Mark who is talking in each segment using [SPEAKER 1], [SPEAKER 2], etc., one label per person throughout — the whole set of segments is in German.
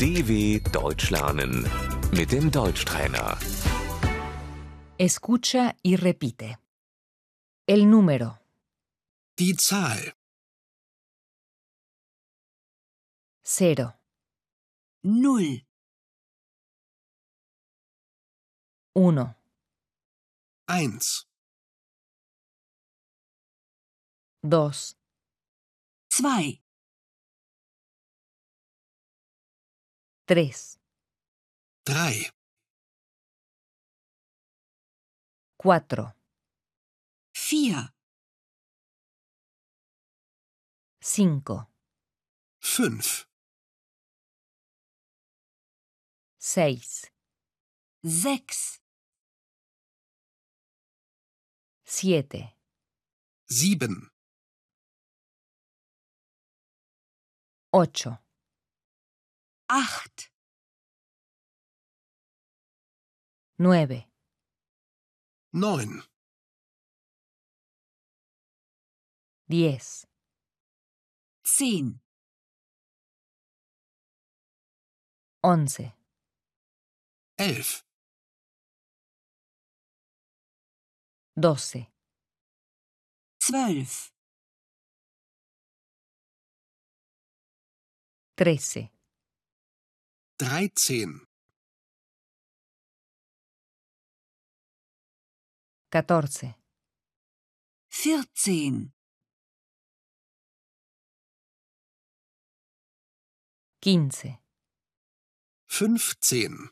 [SPEAKER 1] DW Deutsch lernen mit dem Deutschtrainer.
[SPEAKER 2] Escucha y repite. El número
[SPEAKER 3] Die Zahl
[SPEAKER 2] 0,
[SPEAKER 4] Null,
[SPEAKER 2] 1,
[SPEAKER 3] 1,
[SPEAKER 2] 2,
[SPEAKER 4] zwei,
[SPEAKER 2] 3,
[SPEAKER 3] 3,
[SPEAKER 2] 4,
[SPEAKER 4] vier,
[SPEAKER 2] 5,
[SPEAKER 3] 5,
[SPEAKER 2] 6,
[SPEAKER 4] sechs,
[SPEAKER 2] 7,
[SPEAKER 3] 7,
[SPEAKER 2] 8,
[SPEAKER 4] acht,
[SPEAKER 2] 9,
[SPEAKER 3] 9,
[SPEAKER 2] 10,
[SPEAKER 4] zehn,
[SPEAKER 2] 11,
[SPEAKER 3] 11,
[SPEAKER 2] 12,
[SPEAKER 4] zwölf,
[SPEAKER 2] 13,
[SPEAKER 3] 13,
[SPEAKER 2] 14,
[SPEAKER 4] vierzehn,
[SPEAKER 2] 15,
[SPEAKER 3] 15,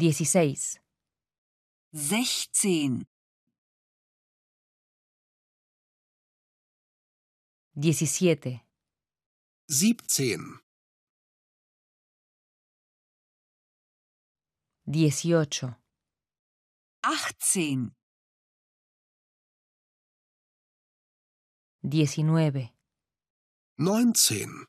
[SPEAKER 2] 16,
[SPEAKER 4] sechzehn,
[SPEAKER 2] 17,
[SPEAKER 3] 17,
[SPEAKER 2] 18,
[SPEAKER 4] achtzehn,
[SPEAKER 2] 19,
[SPEAKER 3] 19,
[SPEAKER 2] 20,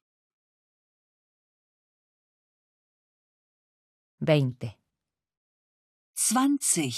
[SPEAKER 4] zwanzig.